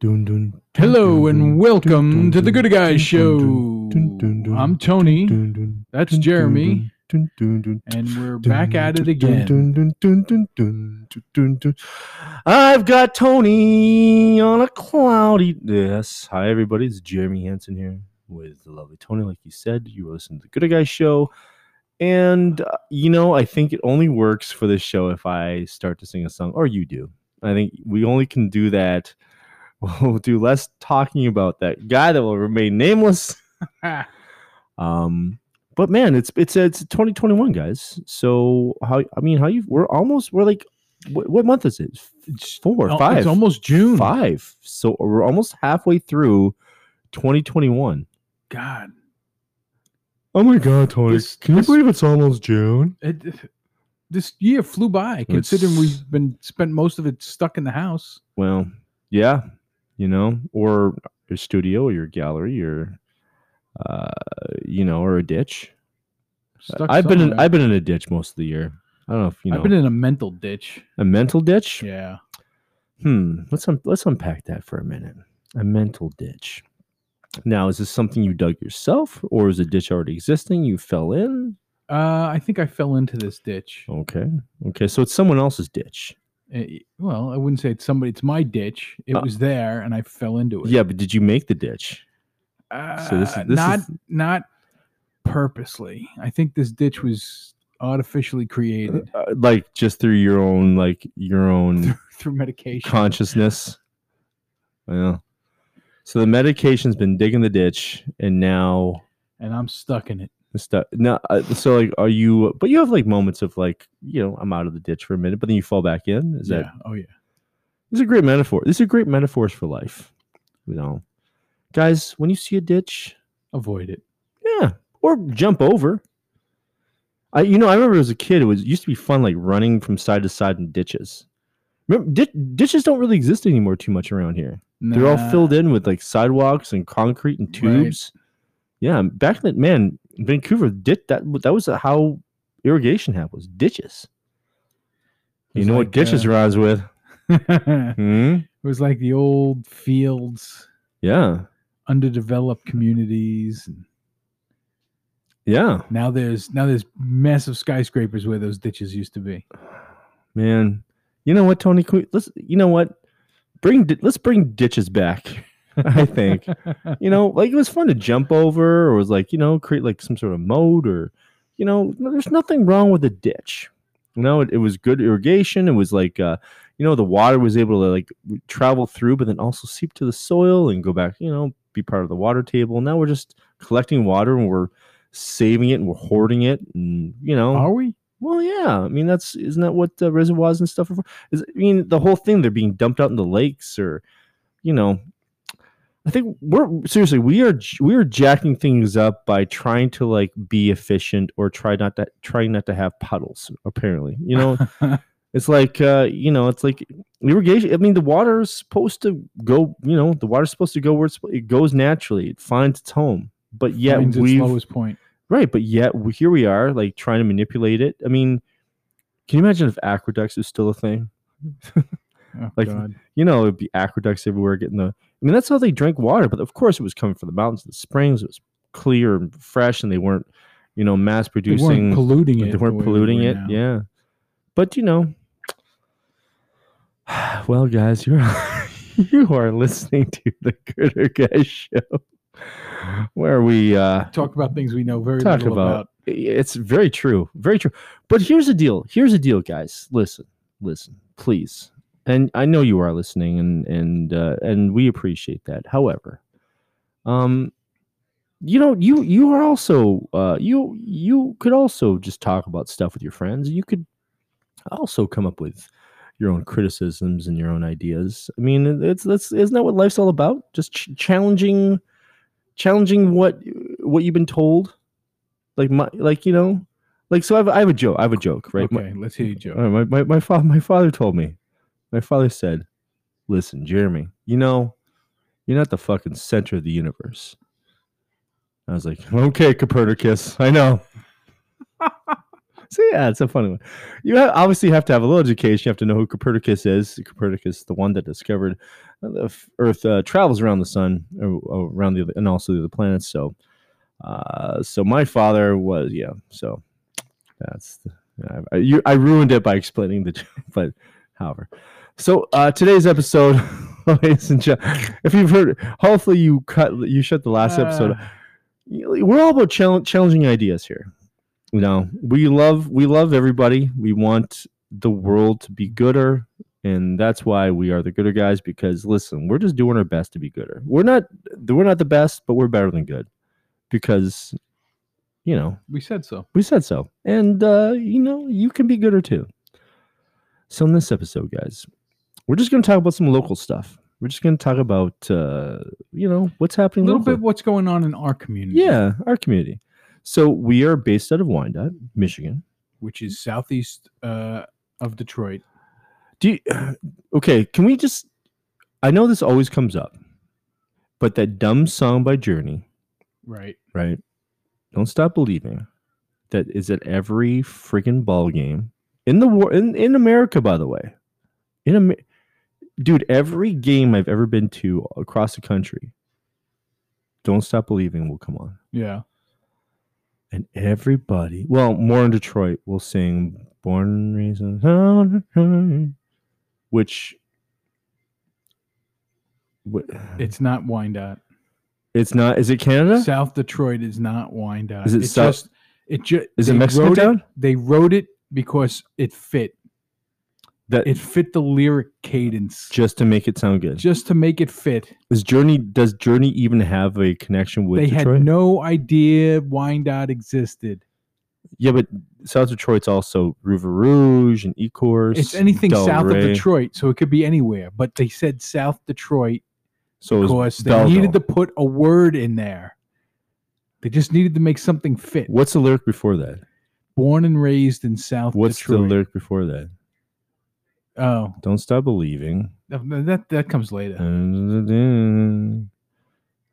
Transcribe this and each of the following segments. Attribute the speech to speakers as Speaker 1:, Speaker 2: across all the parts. Speaker 1: Dun, dun,
Speaker 2: Hello and welcome to the Good Guys Show. I'm Tony. That's Jeremy. And we're back at it again.
Speaker 1: again. I've got Tony on a cloudy. Yes. Hi, everybody. It's Jeremy Hansen here with the lovely Tony. Like you said, you listen to the Good Guys Show. And, uh, you know, I think it only works for this show if I start to sing a song, or you do. I think we only can do that. We'll do less talking about that guy that will remain nameless.
Speaker 2: Ah,
Speaker 1: Um, but man, it's it's it's 2021, guys. So how I mean, how you we're almost we're like what, what month is it?
Speaker 2: It's
Speaker 1: Four,
Speaker 2: al-
Speaker 1: five,
Speaker 2: oh, It's almost June.
Speaker 1: five. So we're almost halfway through 2021.
Speaker 2: God.
Speaker 1: Oh my god, Tony!
Speaker 2: This- Can you this- believe
Speaker 1: it's almost June?
Speaker 2: It, this year flew by considering
Speaker 1: It's-
Speaker 2: we've been spent most of it stuck in the house.
Speaker 1: Well, yeah, you know, or your studio, or your gallery, or uh, you know, or a ditch.
Speaker 2: Stuck
Speaker 1: I've been in,
Speaker 2: somewhere.
Speaker 1: I've been in a ditch most of the year. I don't know if you know
Speaker 2: I've been in a mental ditch.
Speaker 1: a mental ditch.
Speaker 2: Yeah.
Speaker 1: Hmm. Let's un- let's unpack that for a minute. A mental ditch. Now, is this something you dug yourself, or is a ditch already existing? You fell in.
Speaker 2: Uh, I think I fell into this ditch.
Speaker 1: Okay. Okay. So it's someone else's ditch.
Speaker 2: Eh, well, I wouldn't say it's somebody. It's my ditch. It
Speaker 1: Uh,
Speaker 2: was there, and I fell into it.
Speaker 1: Yeah, but did you make the ditch?
Speaker 2: Uh,
Speaker 1: so this is- this
Speaker 2: not
Speaker 1: is-
Speaker 2: not purposely. I think this ditch was artificially created
Speaker 1: Uh, like just through your own like your own
Speaker 2: through medication.
Speaker 1: consciousness. Yeah. So the medication's been digging the ditch, and now
Speaker 2: and I'm stuck in it.
Speaker 1: stuff. Now, uh, so like, are you? But you have like moments of like, you know, I'm out of the ditch for a minute, but then you fall back in. Is that
Speaker 2: yeah. Oh yeah.
Speaker 1: These are great metaphor. These are great metaphors for life. You know, guys, when you see a ditch,
Speaker 2: Avoid it.
Speaker 1: yeah, or jump over. I, you know, I remember as a kid, it was it used to be fun, like running from side to side in ditches. Remember, dit- ditches don't really exist anymore too much around here. They're all filled in with like sidewalks and concrete and
Speaker 2: Right.
Speaker 1: tubes. Yeah, back then, man, Vancouver did that. That was how irrigation happened was ditches. You
Speaker 2: It's
Speaker 1: know what
Speaker 2: like,
Speaker 1: ditches
Speaker 2: uh,
Speaker 1: rhymes with?
Speaker 2: it
Speaker 1: Hmm?
Speaker 2: was like the old fields,
Speaker 1: Yeah,
Speaker 2: underdeveloped communities. and
Speaker 1: yeah.
Speaker 2: Now there's now there's massive skyscrapers where those ditches used to be.
Speaker 1: man you know what tony Can we- let's you know what bring di- let's bring ditches back i think you know like it was fun to jump over or was like you know create like some sort of mode or you know no- there's nothing wrong with a ditch you know it, it was good irrigation it was like uh you know the water was able to like w- travel through but then also seep to the soil and go back you know be part of the water table now we're just collecting water and we're saving it and we're hoarding it and you know
Speaker 2: Are we?
Speaker 1: well, yeah. I mean, that's isn't that what uh, reservoirs and stuff are for? Is I mean, the whole thing they're being dumped out in the lakes, or you know, I think we're seriously we are j- we are jacking things up by trying to like be efficient or try not to trying not to have puddles. Apparently, you know, it's like uh, you know, it's like irrigation. I mean, the water is supposed to go. You know, the water's supposed to go where it's, it goes naturally. It finds its home. But yet
Speaker 2: Finds its
Speaker 1: we've
Speaker 2: lowest point.
Speaker 1: Right, but yet w- here we are, like trying to manipulate it. I mean, can you imagine if aqueducts is still a thing?
Speaker 2: Oh,
Speaker 1: like,
Speaker 2: God.
Speaker 1: You know, it'd be aqueducts everywhere getting the. I mean, that's how they drank water, but of course it was coming from the mountains, the springs. It was clear and fresh, and they weren't, you know, mass
Speaker 2: they
Speaker 1: producing.
Speaker 2: weren't polluting it.
Speaker 1: They
Speaker 2: the
Speaker 1: weren't
Speaker 2: way we
Speaker 1: polluting
Speaker 2: were
Speaker 1: it.
Speaker 2: now.
Speaker 1: Yeah, but you know, well, guys, you're you are listening to the Critter Guy Show, where we uh,
Speaker 2: Talk about things we know very
Speaker 1: Talk
Speaker 2: little
Speaker 1: about-
Speaker 2: about.
Speaker 1: I- It's very true. Very true. But here's the deal. Here's the deal, guys. Listen, listen, please. And I know you are listening, and and uh, and we appreciate that. However, um, you know, you you are also uh, you you could also just talk about stuff with your friends. You could also come up with your own criticisms and your own ideas. I mean, it's that's isn't that what life's all about? Just ch- challenging, challenging what what you've been told. Like my like you know, like so. I have I have a joke. I have a joke, right? My-
Speaker 2: Okay, let's hear you, Joe.
Speaker 1: all right, my my my father my father told me. My father said, "Listen, Jeremy, you know, you're not the fucking center of the universe." I was like, "Okay, Copernicus, I know." so yeah, it's a funny one. You have, obviously have to have a little education. You have to know who Copernicus is. Copernicus, the one that discovered the f- Earth uh, travels around the sun, or, or around the other, and also the other planets. So, uh, so my father was yeah. So that's the, I, you, I ruined it by explaining the joke, but however. So uh, today's episode, ladies and gentlemen, if you've heard, hopefully you cut, you shut the last episode.
Speaker 2: Uh,
Speaker 1: We're all about challenge, challenging ideas here. You know, we love we love everybody. We want the world to be gooder, and that's why we are the gooder guys. Because listen, we're just doing our best to be gooder. We're not we're not the best, but we're better than good, because you know
Speaker 2: we said so.
Speaker 1: we said so. And, uh, you know, you can be gooder too. So, in this episode, guys, we're just going to talk about some local stuff. We're just going to talk about, uh, you know, what's
Speaker 2: A
Speaker 1: happening
Speaker 2: little
Speaker 1: locally.
Speaker 2: bit what's going on in our community.
Speaker 1: Yeah, our community. So, we are based out of Wyandotte, Michigan.
Speaker 2: Which is southeast uh, of Detroit.
Speaker 1: Do you, okay, can we just, I know this always comes up, but that dumb song by Journey,
Speaker 2: Right.
Speaker 1: right? Don't stop believing that is at every freaking ball game in the war in, in America, by the way. In Amer- dude, every game I've ever been to across the country, Don't Stop Believing will come on.
Speaker 2: Yeah.
Speaker 1: And everybody, well, more in Detroit will sing Born Reason, which wh-
Speaker 2: It's not Wyandotte.
Speaker 1: it's not. Is it Canada?
Speaker 2: South Detroit is not Wyandotte.
Speaker 1: Is it
Speaker 2: It's
Speaker 1: South-
Speaker 2: just it just
Speaker 1: Is it Mexican town?
Speaker 2: They wrote it because it fit.
Speaker 1: That
Speaker 2: It fit the lyric cadence
Speaker 1: just to make it sound good.
Speaker 2: just to make it fit.
Speaker 1: Is Journey does Journey even have a connection with
Speaker 2: they
Speaker 1: Detroit?
Speaker 2: had no idea Wyandotte existed.
Speaker 1: yeah, but South Detroit's also River Rouge and Ecorse.
Speaker 2: It's anything
Speaker 1: Del
Speaker 2: south
Speaker 1: Rey.
Speaker 2: of Detroit, so it could be anywhere. But they said South Detroit
Speaker 1: So it was
Speaker 2: because they
Speaker 1: Belleville.
Speaker 2: needed to put a word in there. They just needed to make something fit.
Speaker 1: What's the lyric before that?
Speaker 2: Born and raised in South
Speaker 1: What's
Speaker 2: Detroit.
Speaker 1: the lyric before that?
Speaker 2: Oh,
Speaker 1: Don't stop believing.
Speaker 2: that that- that comes later.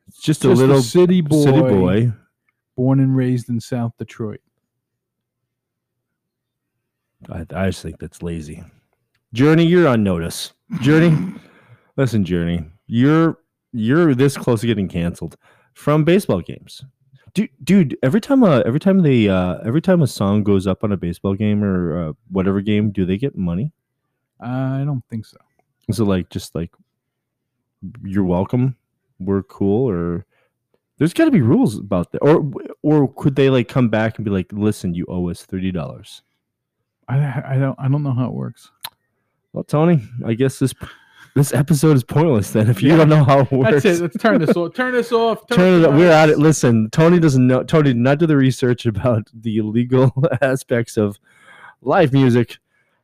Speaker 1: It's just, a
Speaker 2: Just
Speaker 1: little
Speaker 2: city boy,
Speaker 1: city boy.
Speaker 2: born and raised in South Detroit.
Speaker 1: I, I just think that's lazy. Journey, you're on notice. Journey, listen, Journey, you're you're this close to getting canceled from baseball games. Dude, dude, every time uh, every time they uh, every time a song goes up on a baseball game or uh, whatever game, do they get money?
Speaker 2: I don't think so.
Speaker 1: Is it like just like you're welcome, we're cool, or there's got to be rules about that, or or could they like come back and be like, listen, you owe us thirty dollars?
Speaker 2: I, I don't I don't know how it works.
Speaker 1: Well, Tony, I guess this this episode is pointless then if you
Speaker 2: Yeah.
Speaker 1: don't know how it works.
Speaker 2: That's it. Let's turn this off. Turn this off.
Speaker 1: Turn it up.
Speaker 2: off.
Speaker 1: We're at it. Listen, Tony doesn't know. Tony did not do the research about the illegal aspects of live music.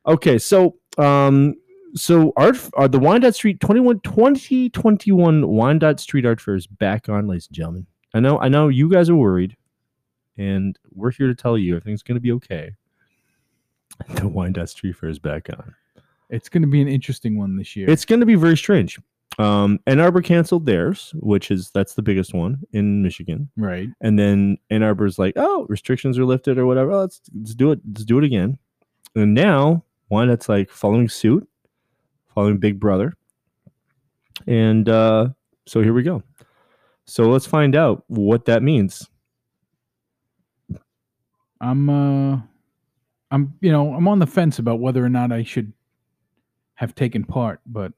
Speaker 1: Okay, so um, so art uh, the Wyandotte Street 21, 2021 Wyandotte Street Art Fair is back on, ladies and gentlemen. I know, I know, you guys are worried, and we're here to tell you everything's going to be okay. The Wyandotte Street Fair is back on.
Speaker 2: It's going to be an interesting one this year.
Speaker 1: It's going to be very strange. Um, Ann Arbor canceled theirs, which is that's the biggest one in Michigan,
Speaker 2: right.
Speaker 1: and then Ann Arbor's like, oh, restrictions are lifted or whatever. Let's let's do it. Let's do it again. And now one that's like following suit, following Big Brother, and uh, so here we go. So let's find out what that means.
Speaker 2: I'm uh I'm you know, I'm on the fence about whether or not I should have taken part, but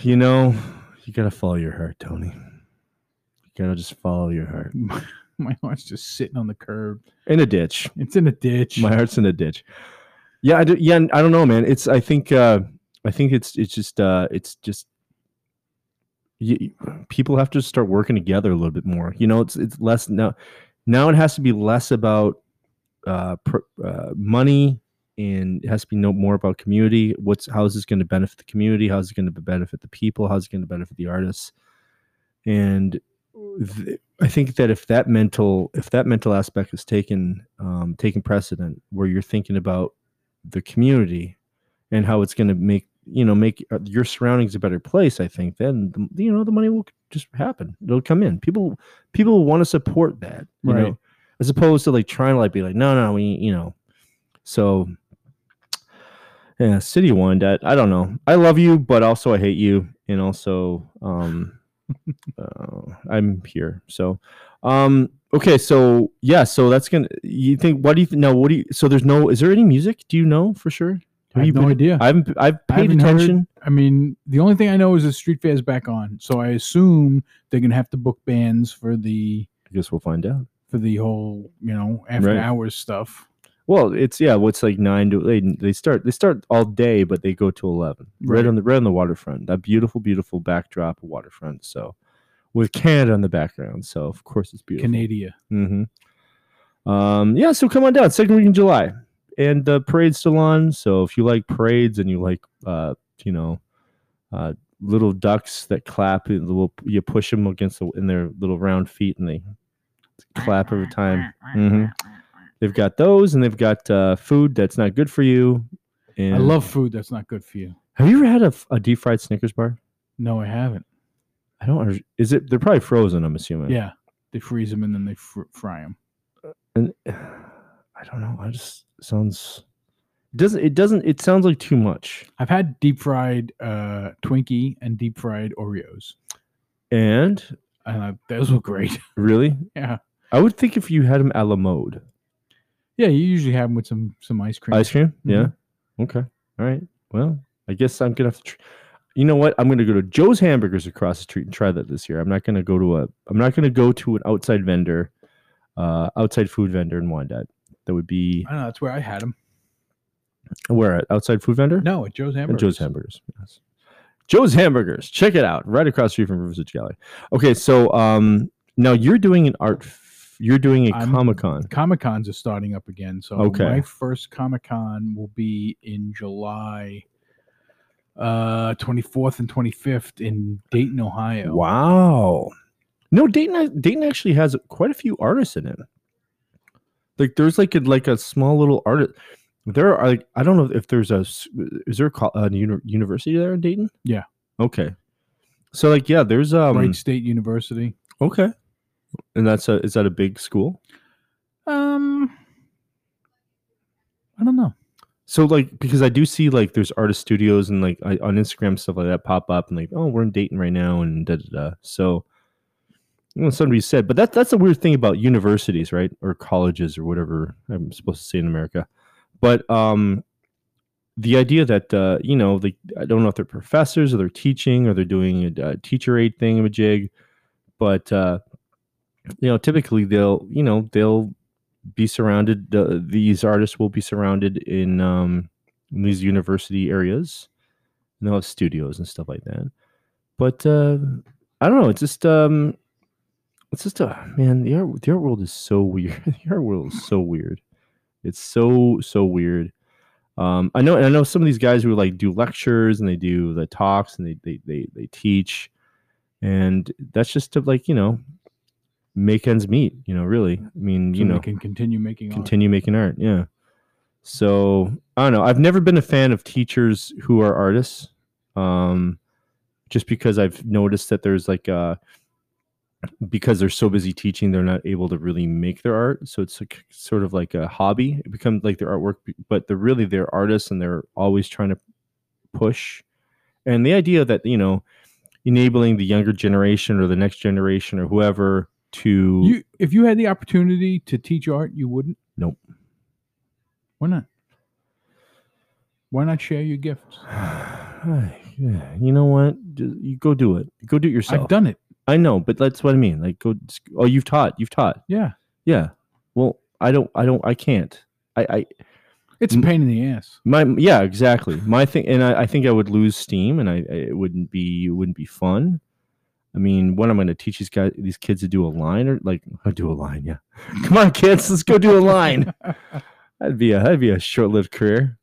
Speaker 1: You know, you gotta follow your heart, Tony. You gotta just follow your heart
Speaker 2: my, heart's just sitting on the curb.
Speaker 1: in a ditch.
Speaker 2: It's in a ditch.
Speaker 1: My heart's in a ditch. Yeah, I do, yeah, I don't know, man. It's I think uh I think it's it's just uh it's just you, people have to start working together a little bit more. You know, it's it's less now. Now it has to be less about uh, pr- uh money and it has to be no more about community. What's how is this going to benefit the community? How's it going to benefit the people? How's it going to benefit the artists? And th- I think that if that mental if that mental aspect is taken um, taken precedent, where you're thinking about the community and how it's going to make you know make uh, your surroundings a better place, I think then the, you know the money will just happen. It'll come in. People people want to support that. You
Speaker 2: Right.
Speaker 1: know, as opposed to like trying to like be like, no, no, we, you know. So, yeah, City One. That I don't know. I love you, but also I hate you, and also, um, uh, I'm here. So, um, okay, so yeah, so that's gonna. You think? What do you th- no? What do you? So there's no. Is there any music? Do you know for sure?
Speaker 2: I have
Speaker 1: you
Speaker 2: no
Speaker 1: been-
Speaker 2: idea.
Speaker 1: I haven't. I've
Speaker 2: I
Speaker 1: paid
Speaker 2: haven't heard-
Speaker 1: attention.
Speaker 2: I mean, the only thing I know is that Street Fair's back on, so I assume they're gonna have to book bands for the
Speaker 1: I guess we'll find out.
Speaker 2: for the whole you know after
Speaker 1: Right.
Speaker 2: hours stuff.
Speaker 1: Well, it's yeah. What's like nine to they, they start they start all day, but they go to eleven. Right.
Speaker 2: Right.
Speaker 1: on the right on the waterfront. That beautiful, beautiful backdrop of waterfront. So, with Canada in the background. So of course it's beautiful.
Speaker 2: Canada.
Speaker 1: Mm-hmm. Um, yeah. So come on down. Second week in July, and the parade's still on. So if you like parades and you like uh, you know, uh, little ducks that clap, and little, you push them against the, in their little round feet, and they clap every time. Mhm. They've got those, and they've got uh, food that's not good for you. And
Speaker 2: I love food that's not good for you.
Speaker 1: Have you ever had a, a deep fried Snickers bar?
Speaker 2: No, I haven't.
Speaker 1: I don't. under- Is it? They're probably frozen. I'm assuming.
Speaker 2: Yeah, they freeze them and then they fr- fry them.
Speaker 1: And I don't know. I just sounds doesn't it doesn't it sounds like too much.
Speaker 2: I've had deep fried uh, Twinkie and deep fried Oreos.
Speaker 1: And
Speaker 2: Uh, those were great.
Speaker 1: really,
Speaker 2: yeah,
Speaker 1: I would think if you had them a la mode,
Speaker 2: yeah. You usually have them with some some ice cream.
Speaker 1: ice cream. Yeah. Okay. All right. Well, I guess I'm gonna have to. Tr- you know what? I'm gonna go to Joe's Hamburgers across the street and try that this year. I'm not gonna go to a. I'm not gonna go to an outside vendor, uh, outside food vendor in Wyandotte. That would be
Speaker 2: I don't know. That's where I had them.
Speaker 1: where at outside food vendor.
Speaker 2: No, at Joe's
Speaker 1: And
Speaker 2: Hamburgers.
Speaker 1: Joe's Hamburgers. Yes. Joe's Hamburgers. Check it out. Right across the street from Rivers Edge Gallery. Okay, so um, now you're doing an art. F- you're doing a
Speaker 2: I'm-
Speaker 1: Comic Con.
Speaker 2: Comic Cons are starting up again. So
Speaker 1: Okay.
Speaker 2: my first Comic Con will be in July uh 24th and 25th in Dayton, Ohio.
Speaker 1: Wow. No, Dayton. Dayton actually has quite a few artists in it. Like there's like a like a small little artist. There are like I don't know if there's a s- is there a, col- a uni- university there in Dayton?
Speaker 2: Yeah.
Speaker 1: Okay. So like yeah, there's um
Speaker 2: Wright State University.
Speaker 1: okay, and that's a is that a big school?
Speaker 2: Um I don't know.
Speaker 1: So like because I do see like there's artist studios and like I, on Instagram stuff like that pop up and like oh we're in Dayton right now and da da da. So you know, somebody said, but that that's the weird thing about universities, right, or colleges or whatever I'm supposed to say in America. But um, the idea that uh, you know, like I don't know if they're professors or they're teaching or they're doing a, uh teacher aid thing of a jig, but uh, you know, typically they'll you know they'll be surrounded the, these artists will be surrounded in um in these university areas and they'll have studios and stuff like that but uh i don't know it's just um it's just a man the art, the art world is so weird the art world is so weird it's so so weird um i know and i know some of these guys who like do lectures and they do the talks and they they they, they teach and that's just to like you know make ends meet you know really i mean
Speaker 2: So
Speaker 1: you
Speaker 2: they
Speaker 1: know
Speaker 2: can continue making art.
Speaker 1: continue making art. Yeah. So I don't know. I've never been a fan of teachers who are artists, um, just because I've noticed that there's like uh because they're so busy teaching, they're not able to really make their art. So it's like sort of like a hobby. It becomes like their artwork, but they're really they're artists and they're always trying to push. And the idea that you know enabling the younger generation or the next generation or whoever to
Speaker 2: You if you had the opportunity to teach art, you wouldn't?
Speaker 1: Nope.
Speaker 2: Why not? Why not share your gifts?
Speaker 1: Yeah, you know what? D- You go do it. Go do it yourself.
Speaker 2: I've done it.
Speaker 1: I know, but that's what I mean. Like, go. just- Oh, you've taught. You've taught.
Speaker 2: Yeah.
Speaker 1: Yeah. Well, I don't. I don't. I can't. I. I.
Speaker 2: It's a
Speaker 1: Mm.
Speaker 2: pain in the ass.
Speaker 1: My. Yeah. Exactly. My thing. And I, I think I would lose steam, and I, I. It wouldn't be. It wouldn't be fun. I mean, what am I going to teach these guys, these kids to do a line or like do a line? Yeah. Come on, kids. Let's go do a line. That'd be a that'd be a short lived career.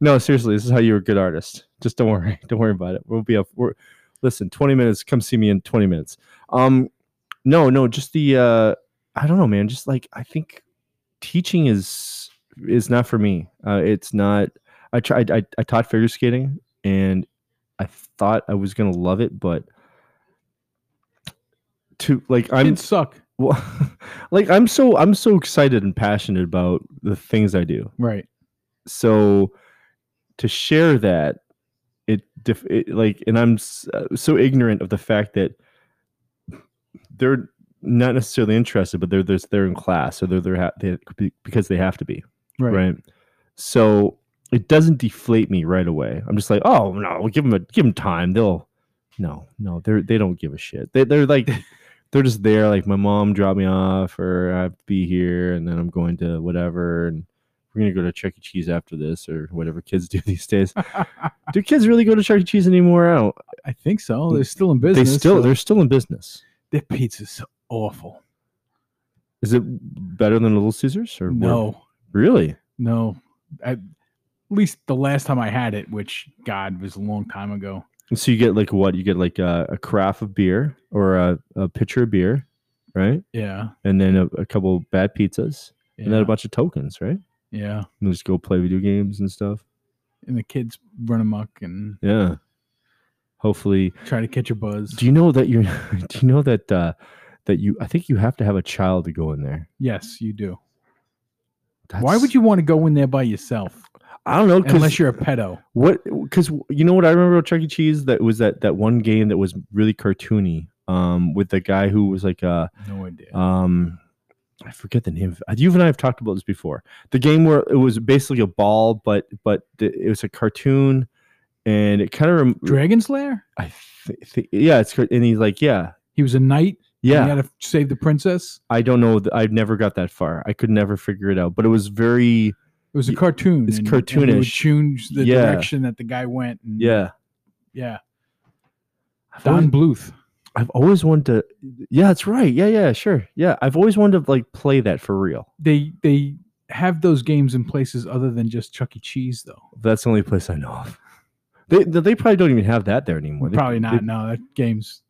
Speaker 1: No, seriously, this is how you're a good artist. Just don't worry, don't worry about it. We'll be up. We're, listen, twenty minutes. Come see me in twenty minutes. Um, no, no, just the uh, I don't know, man. Just like I think teaching is is not for me. Uh, it's not. I tried. I, I taught figure skating, and I thought I was gonna love it, but to like I'm
Speaker 2: Kids suck.
Speaker 1: well, like I'm so I'm so excited and passionate about the things I do.
Speaker 2: Right.
Speaker 1: So to share that, it, def- it like, and I'm s- uh, so ignorant of the fact that they're not necessarily interested, but they're they're, they're in class or they're they're ha- they, because they have to be
Speaker 2: Right.
Speaker 1: right. So it doesn't deflate me right away. I'm just like, oh no, we'll give them a give them time. They'll no, no, they're they don't give a shit. They they're like they're just there. Like my mom dropped me off, or I have to be here, and then I'm going to whatever, and we're gonna go to Chuck E. Cheese after this, or whatever kids do these days. do kids really go to Chuck E. Cheese anymore? I don't.
Speaker 2: I think so. They're still in business.
Speaker 1: they still
Speaker 2: so-
Speaker 1: they're still in business.
Speaker 2: their pizza's so awful.
Speaker 1: Is it better than Little Caesars or what?
Speaker 2: No,
Speaker 1: Really?
Speaker 2: no. At least the last time I had it, which God was a long time ago.
Speaker 1: And so you get like what? You get like a, a carafe of beer or a, a pitcher of beer, right?
Speaker 2: Yeah.
Speaker 1: And then a, a couple bad pizzas,
Speaker 2: Yeah.
Speaker 1: and then a bunch of tokens, right?
Speaker 2: yeah.
Speaker 1: And just go play video games and stuff.
Speaker 2: And the kids run amok and
Speaker 1: Yeah. Hopefully,
Speaker 2: try to catch a buzz.
Speaker 1: do you know that you're? Do you know that uh, that you? I think you have to have a child to go in there.
Speaker 2: yes, you do.
Speaker 1: That's,
Speaker 2: Why would you want to go in there by yourself
Speaker 1: I don't know. 'cause
Speaker 2: unless you're a pedo?
Speaker 1: what? Because you know what I remember about Chuck E. Cheese that was that that one game that was really cartoony. Um, with the guy who was like uh
Speaker 2: No idea.
Speaker 1: um I forget the name of it. You and I have talked about this before. The game where it was basically a ball, but but the, it was a cartoon, and it kind of rem-
Speaker 2: Dragon Slayer?
Speaker 1: I thi- thi- yeah, it's car- and he's like yeah
Speaker 2: He was a knight.
Speaker 1: yeah.
Speaker 2: And he had to save the princess.
Speaker 1: I don't know. th- I never got that far. I could never figure it out. But it was very
Speaker 2: It was a
Speaker 1: Y-
Speaker 2: cartoon.
Speaker 1: it's
Speaker 2: and- and they would
Speaker 1: cartoonish.
Speaker 2: change the
Speaker 1: Yeah.
Speaker 2: direction that the guy went. and-
Speaker 1: yeah.
Speaker 2: Yeah.
Speaker 1: I've
Speaker 2: Don
Speaker 1: always,
Speaker 2: Bluth.
Speaker 1: I've always wanted to. Yeah, that's right. Yeah, yeah, sure. Yeah, I've always wanted to like play that for real.
Speaker 2: They they have those games in places other than just Chuck E. Cheese though.
Speaker 1: That's the only place I know of. They they probably don't even have that there anymore. They-
Speaker 2: Probably
Speaker 1: they-
Speaker 2: not. No, that game's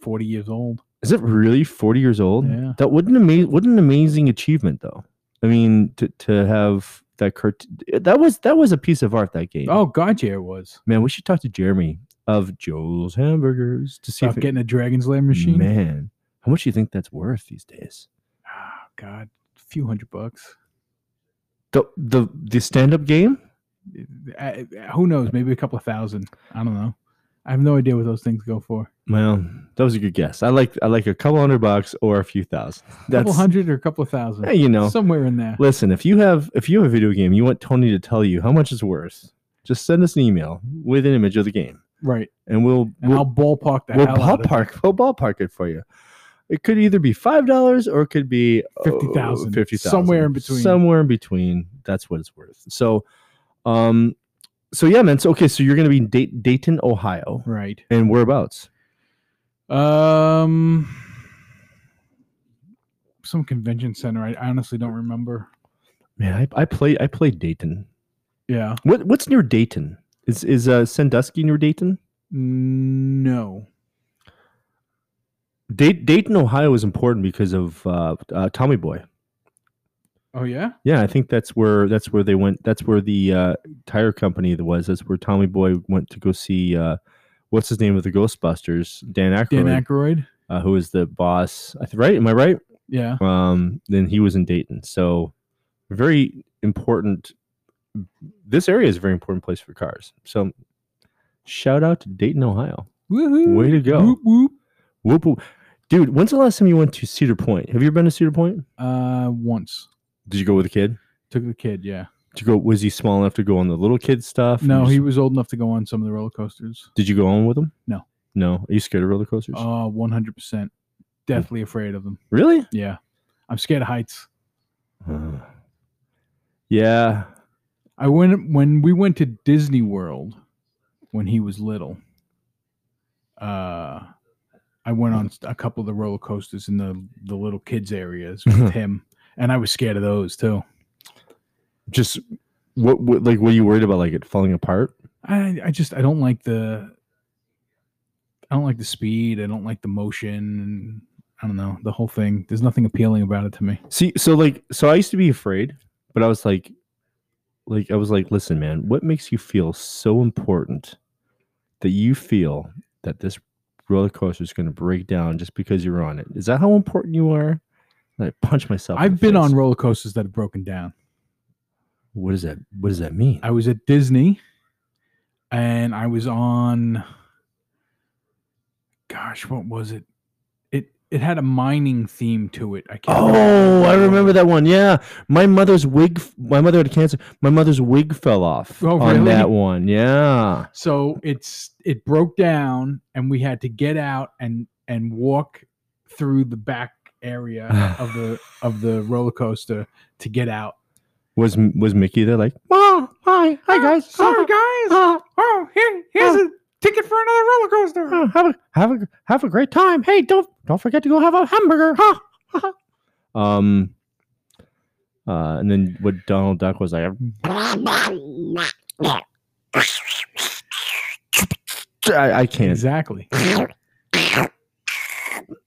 Speaker 2: forty years old.
Speaker 1: Is it really 40 years old?
Speaker 2: Yeah.
Speaker 1: That wouldn't amaze what an amazing achievement though. I mean to to have that cart- that was that was a piece of art that game.
Speaker 2: Oh God, yeah, it was.
Speaker 1: man, we should talk to Jeremy of Joel's Hamburgers to see
Speaker 2: About
Speaker 1: if it,
Speaker 2: getting a Dragon's Lair machine.
Speaker 1: Man, how much do you think that's worth these days?
Speaker 2: Ah, God, a few hundred bucks.
Speaker 1: The the the stand up game?
Speaker 2: Uh, who knows? Maybe a couple of thousand. I don't know. I have no idea what those things go for.
Speaker 1: Well, that was a good guess. I like I like a couple hundred bucks or a few thousand.
Speaker 2: A couple
Speaker 1: That's
Speaker 2: hundred or a couple of thousand.
Speaker 1: eh, you know.
Speaker 2: Somewhere in there.
Speaker 1: Listen, if you have if you have a video game, you want Tony to tell you how much it's worth. Just send us an email with an image of the game.
Speaker 2: Right.
Speaker 1: and we'll
Speaker 2: And I'll
Speaker 1: we'll,
Speaker 2: ballpark the
Speaker 1: we'll
Speaker 2: hell out of it.
Speaker 1: ballpark we'll ballpark it for you. It could either be five dollars or it could be uh,
Speaker 2: 50,000,
Speaker 1: 50,000.
Speaker 2: somewhere in between.
Speaker 1: Somewhere in between. That's what it's worth. So, um, so yeah, man. So okay, so you're gonna be in Da- Dayton, Ohio,
Speaker 2: Right.
Speaker 1: and whereabouts?
Speaker 2: Um, some convention center. I honestly don't remember.
Speaker 1: Man, I, I play I played Dayton.
Speaker 2: Yeah.
Speaker 1: What what's near Dayton? Is is uh, Sandusky near Dayton?
Speaker 2: No.
Speaker 1: Da- Dayton, Ohio is important because of uh, uh, Tommy Boy.
Speaker 2: Oh yeah.
Speaker 1: Yeah, I think that's where that's where they went. That's where the uh, tire company that was. That's where Tommy Boy went to go see uh, what's his name of the Ghostbusters, Dan Aykroyd,
Speaker 2: Dan Aykroyd.
Speaker 1: uh, who is the boss. I th- right? Am I right?
Speaker 2: Yeah.
Speaker 1: Um, then he was in Dayton, so very important. This area is a very important place for cars. So shout out to Dayton, Ohio.
Speaker 2: Woohoo.
Speaker 1: Way to go.
Speaker 2: Whoop whoop.
Speaker 1: Whoop, whoop. dude. When's the last time you went to Cedar Point? Have you ever been to Cedar Point?
Speaker 2: Uh, once
Speaker 1: Did you go with a kid?
Speaker 2: took the kid. Yeah.
Speaker 1: Did you go? Was he small enough to go on the little kid stuff?
Speaker 2: No,
Speaker 1: You
Speaker 2: he was old enough to go on some of the roller coasters.
Speaker 1: Did you go on with them?
Speaker 2: No.
Speaker 1: No. Are you scared of roller coasters?
Speaker 2: Oh, one hundred percent. Deathly afraid of them.
Speaker 1: really?
Speaker 2: Yeah. I'm scared of heights.
Speaker 1: Uh, yeah.
Speaker 2: I went when we went to Disney World when he was little. Uh, I went on a couple of the roller coasters in the the little kids areas with him, and I was scared of those too.
Speaker 1: Just what, what? Like, what are you worried about? Like it falling apart?
Speaker 2: I I just I don't like the I don't like the speed. I don't like the motion. And I don't know the whole thing. There's nothing appealing about it to me.
Speaker 1: See, so like, so I used to be afraid, but I was like, like I was like, listen, man, what makes you feel so important that you feel that this roller coaster is going to break down just because you're on it. Is that how important you are? And I punch myself. in the
Speaker 2: I've been
Speaker 1: face.
Speaker 2: on roller coasters that have broken down.
Speaker 1: What does that? What does that mean?
Speaker 2: I was at Disney and I was on gosh, what was it? It it had a mining theme to it. I can't
Speaker 1: Oh, I remember that one. Yeah, my mother's wig. My mother had cancer. My mother's wig fell off
Speaker 2: Oh,
Speaker 1: on
Speaker 2: really?
Speaker 1: that one. Yeah.
Speaker 2: So it's it broke down and we had to get out and and walk through the back area of the of the roller coaster to get out.
Speaker 1: Was was Mickey there? Like, oh, hi, hi guys.
Speaker 2: Ah, Sorry guys.
Speaker 1: Ah,
Speaker 2: Oh, here here's a ticket for another roller coaster.
Speaker 1: ah, have a have a have a great time. Hey, don't don't forget to go have a hamburger. Ha, ha, ha. um. Uh, and then what Donald Duck was like, I, I can't.
Speaker 2: Exactly.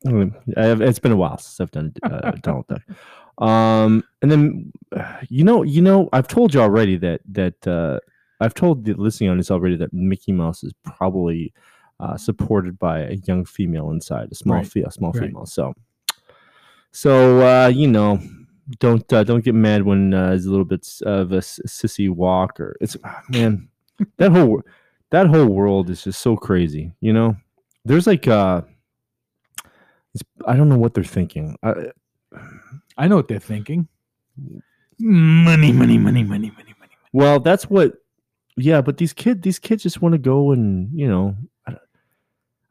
Speaker 1: Mm, I have, it's been a while since I've done uh, Donald Duck. Um, and then uh, you know, you know, I've told you already that that uh, I've told the listening audience already that Mickey Mouse is probably uh, supported by a young female inside a small
Speaker 2: Right,
Speaker 1: fe- a small
Speaker 2: right.
Speaker 1: female. So, so uh, you know, don't uh, don't get mad when uh, it's a little bit of a s- sissy walk or it's ah, man that whole wor- that whole world is just so crazy. You know, there's like uh, it's, I don't know what they're thinking. I,
Speaker 2: I know what they're thinking. Money, money, money, money, money, money.
Speaker 1: Well, that's what. Yeah, but these kid, these kids just want to go and you know, I don't,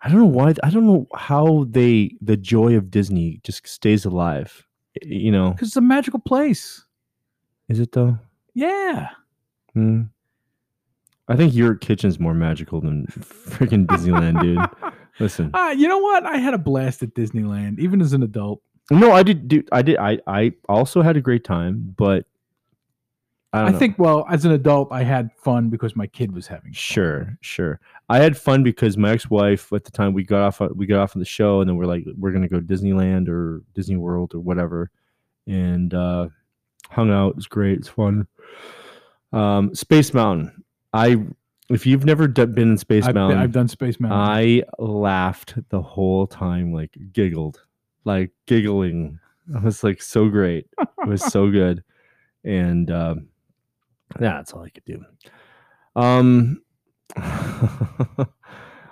Speaker 1: I don't know why. I don't know how they the joy of Disney just stays alive. y- You know,
Speaker 2: Because it's a magical place.
Speaker 1: is it though?
Speaker 2: Yeah.
Speaker 1: Hmm. I think your kitchen's more magical than freaking Disneyland, dude. Listen,
Speaker 2: Ah, you know what? I had a blast at Disneyland, even as an adult.
Speaker 1: no, I did, dude. I did. I I also had a great time, but I
Speaker 2: I,
Speaker 1: don't know.
Speaker 2: think, well, as an adult, I had fun because my kid was having. fun.
Speaker 1: Sure, sure. I had fun because my ex-wife at the time we got off we got off of the show and then we're like we're gonna go to Disneyland or Disney World or whatever, and uh, hung out. It was great. It's fun. Um, Space Mountain. I if you've never d- been in Space
Speaker 2: I've,
Speaker 1: Mountain,
Speaker 2: I've done Space Mountain.
Speaker 1: I laughed the whole time, like giggled, like giggling. I was like so great. It was so good. And um, yeah, that's all I could do. Um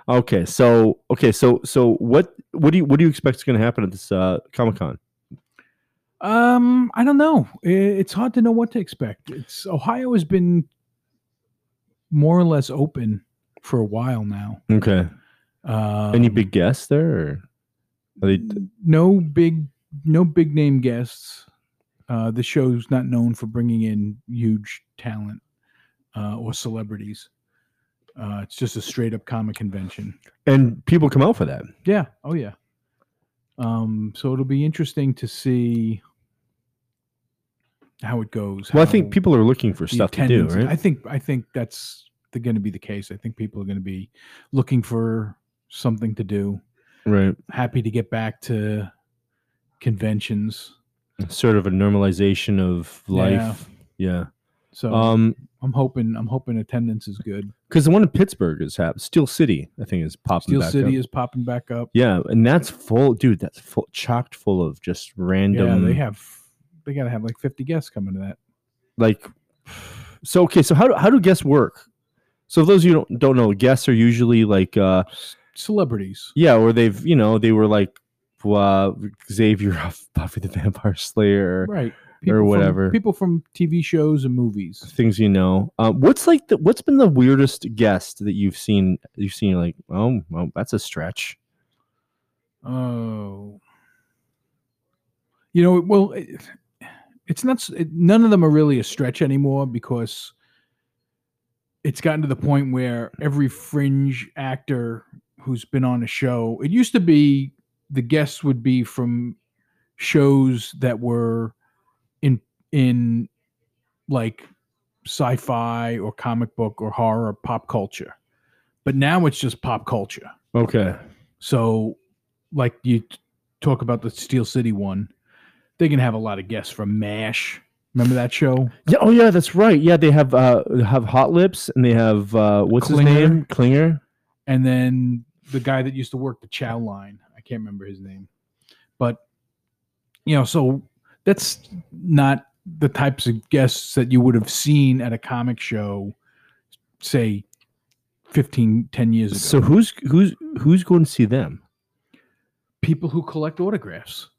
Speaker 1: Okay, so okay, so so what what do you what do you expect is gonna happen at this uh Comic Con?
Speaker 2: um, I don't know. I- It's hard to know what to expect. It's Ohio has been more or less open for a while now.
Speaker 1: Okay.
Speaker 2: Um,
Speaker 1: Any big guests there or are they
Speaker 2: no big no big name guests uh the show's not known for bringing in huge talent uh or celebrities uh it's just a straight up comic convention
Speaker 1: and people come out for that.
Speaker 2: yeah oh yeah um so it'll be interesting to see how it goes
Speaker 1: Well, I
Speaker 2: how
Speaker 1: think people are looking for
Speaker 2: Um, the
Speaker 1: stuff to do,
Speaker 2: attendance-
Speaker 1: right?
Speaker 2: i think i think that's going to be the case i think people are going to be looking for something to do
Speaker 1: right.
Speaker 2: happy to get back to conventions
Speaker 1: Sort of a normalization of life. yeah.
Speaker 2: So
Speaker 1: Um,
Speaker 2: I'm hoping I'm hoping attendance is good.
Speaker 1: because the one in Pittsburgh is happening. Steel City, I think, is popping.
Speaker 2: Steel
Speaker 1: back
Speaker 2: City
Speaker 1: up.
Speaker 2: is popping back up.
Speaker 1: Yeah, and that's full, dude. That's full, chocked full of just
Speaker 2: Yeah,
Speaker 1: random.
Speaker 2: they have they gotta have like 50 guests coming to that.
Speaker 1: like. So okay, so how do how do guests work? So those of you who don't don't know, guests are usually like, uh
Speaker 2: S- Celebrities.
Speaker 1: yeah, or they've you know they were like uh, Xavier of Buffy the Vampire Slayer,
Speaker 2: Right.
Speaker 1: whatever.
Speaker 2: From, people from TV shows and movies.
Speaker 1: things you know. Uh, what's like the what's been the weirdest guest that you've seen? You've seen like, oh, well, that's a stretch.
Speaker 2: Oh. You know, it- well, it, it's not s- it, none of them are really a stretch anymore because it's gotten to the point where every fringe actor who's been on a show, it used to be the guests would be from shows that were in in like sci-fi or comic book or horror or pop culture. But now it's just pop culture.
Speaker 1: Okay,
Speaker 2: So, like you t- talk about the Steel City one, they can have a lot of guests from MASH. Remember that show?
Speaker 1: Yeah. Oh, yeah. That's right. Yeah, they have uh have hot lips and they have uh what's
Speaker 2: Klinger.
Speaker 1: his name Klinger.
Speaker 2: And then the guy that used to work the Chow line. I can't remember his name, but you know, so that's not the types of guests that you would have seen at a comic show, say 15, 10 years ago.
Speaker 1: So who's who's who's going to see them?
Speaker 2: people who collect autographs.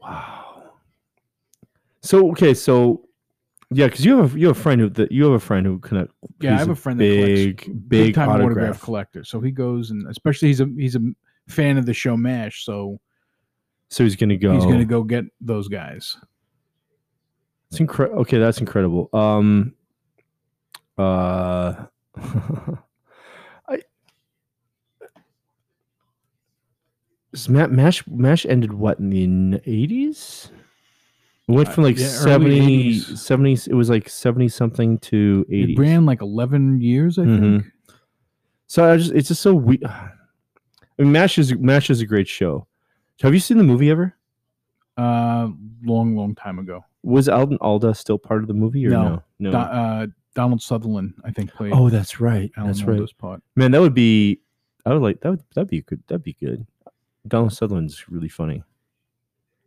Speaker 1: Wow. So okay, so yeah, because you have a, you have a friend who that you have a friend who connect.
Speaker 2: Yeah, I
Speaker 1: he's
Speaker 2: have
Speaker 1: a
Speaker 2: a friend that
Speaker 1: big
Speaker 2: collects
Speaker 1: big,
Speaker 2: big-time
Speaker 1: autograph.
Speaker 2: collector. So he goes and especially he's a he's a fan of the show Mash, so
Speaker 1: So he's gonna go.
Speaker 2: he's going to go get those guys.
Speaker 1: It's incredible. Okay, that's incredible. Um, uh, I. Is Ma- Mash Mash ended what in the eighties? It went
Speaker 2: Uh,
Speaker 1: from like
Speaker 2: yeah,
Speaker 1: 70,
Speaker 2: early 80s.
Speaker 1: 70 It was like seventy something to eighty.
Speaker 2: It ran like 11 years, I
Speaker 1: Mhm.
Speaker 2: think.
Speaker 1: So I just it's just so we. I mean, Mash is Mash is a great show. Have you seen the movie ever?
Speaker 2: Uh long long time ago.
Speaker 1: Was Alden Alda still part of the movie or
Speaker 2: No.
Speaker 1: no? No.
Speaker 2: Do- uh Donald Sutherland, I think played
Speaker 1: oh, that's right.
Speaker 2: Alan
Speaker 1: that's right.
Speaker 2: Alda's part.
Speaker 1: Man, that would be. I would like that. Would that be good? That'd be good. Donald Sutherland's really funny.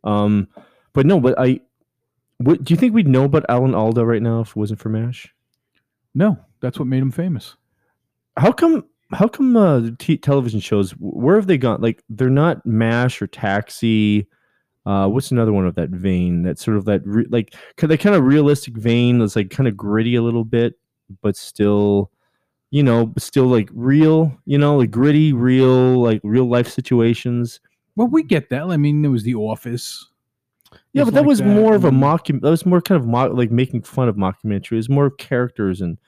Speaker 1: Um, but no, but I. What do you think we'd know about Alan Alda right now if it wasn't for Mash?
Speaker 2: No, that's what made him famous.
Speaker 1: How come? How come uh, the t- television shows? Where have they gone? Like they're not Mash or Taxi. Uh, what's another one of that vein? That sort of that re- like ki- that kind of realistic vein that's like kind of gritty a little bit, but still, you know, but still like real. You know, like gritty, real, like real life situations.
Speaker 2: Well, we get that. I mean, there was The Office.
Speaker 1: Yeah,
Speaker 2: Just
Speaker 1: but that
Speaker 2: like
Speaker 1: was
Speaker 2: that,
Speaker 1: more of a
Speaker 2: and-
Speaker 1: mock. That was more kind of mock, like making fun of mockumentary. It was more of characters and.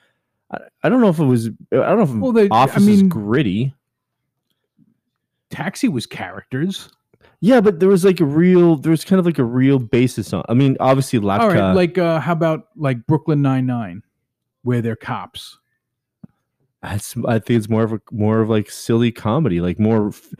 Speaker 1: I, I don't know if it was. I don't know if
Speaker 2: Well, they, I
Speaker 1: Office is
Speaker 2: mean,
Speaker 1: gritty.
Speaker 2: Taxi was characters.
Speaker 1: Yeah, but there was like a real, there was kind of like a real basis on. I mean, obviously Latka.
Speaker 2: All right, like uh, how about like Brooklyn Nine Nine, where they're cops?
Speaker 1: that's, I think it's more of a more of like silly comedy, like more. f-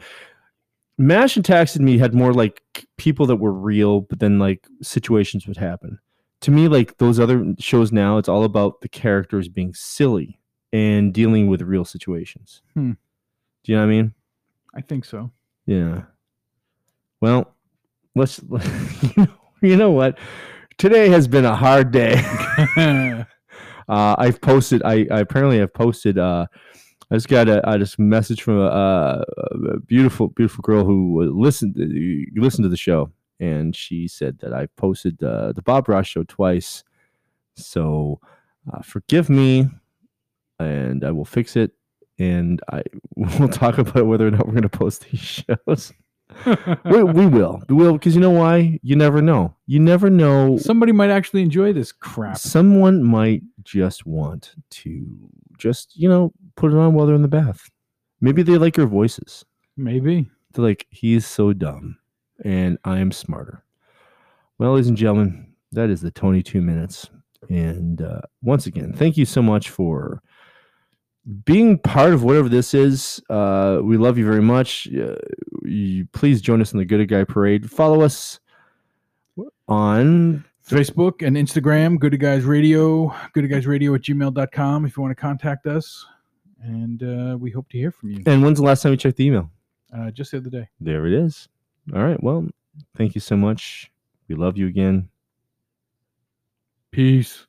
Speaker 1: Mash and Tax and me had more like c- people that were real, but then like situations would happen. To me, like those other shows now, it's all about the characters being silly and dealing with real situations.
Speaker 2: Hmm.
Speaker 1: Do you know what I mean?
Speaker 2: I think so.
Speaker 1: Yeah. Well, let's. You know what? Today has been a hard day.
Speaker 2: yeah,
Speaker 1: Uh, I've posted. I, I apparently have posted. Uh, I just got a I just message from a, a, a beautiful beautiful girl who uh, listened uh, listened to the show, and she said that I posted uh, the Bob Ross show twice. So uh, forgive me, and I will fix it. And I will talk about whether or not we're going to post these shows. we, we will, we will, because you know why? You never know. You never know
Speaker 2: somebody might actually enjoy this crap.
Speaker 1: Someone might just want to just, you know, put it on while they're in the bath. Maybe they like your voices.
Speaker 2: Maybe.
Speaker 1: They're like, he's so dumb and I am smarter. Well, ladies and gentlemen, that is the 22 minutes. And uh, once again, thank you so much for being part of whatever this is. Uh, we love you very much. Uh, you, please join us in the Good Guy Parade. Follow us on
Speaker 2: Facebook and Instagram, Good Guys Radio, Good Guys Radio at gmail.com if you want to contact us. And uh, we hope to hear from you
Speaker 1: and when's the last time you checked the email?
Speaker 2: uh, just the other day.
Speaker 1: There it is. All right. Well, thank you so much. We love you again.
Speaker 2: Peace.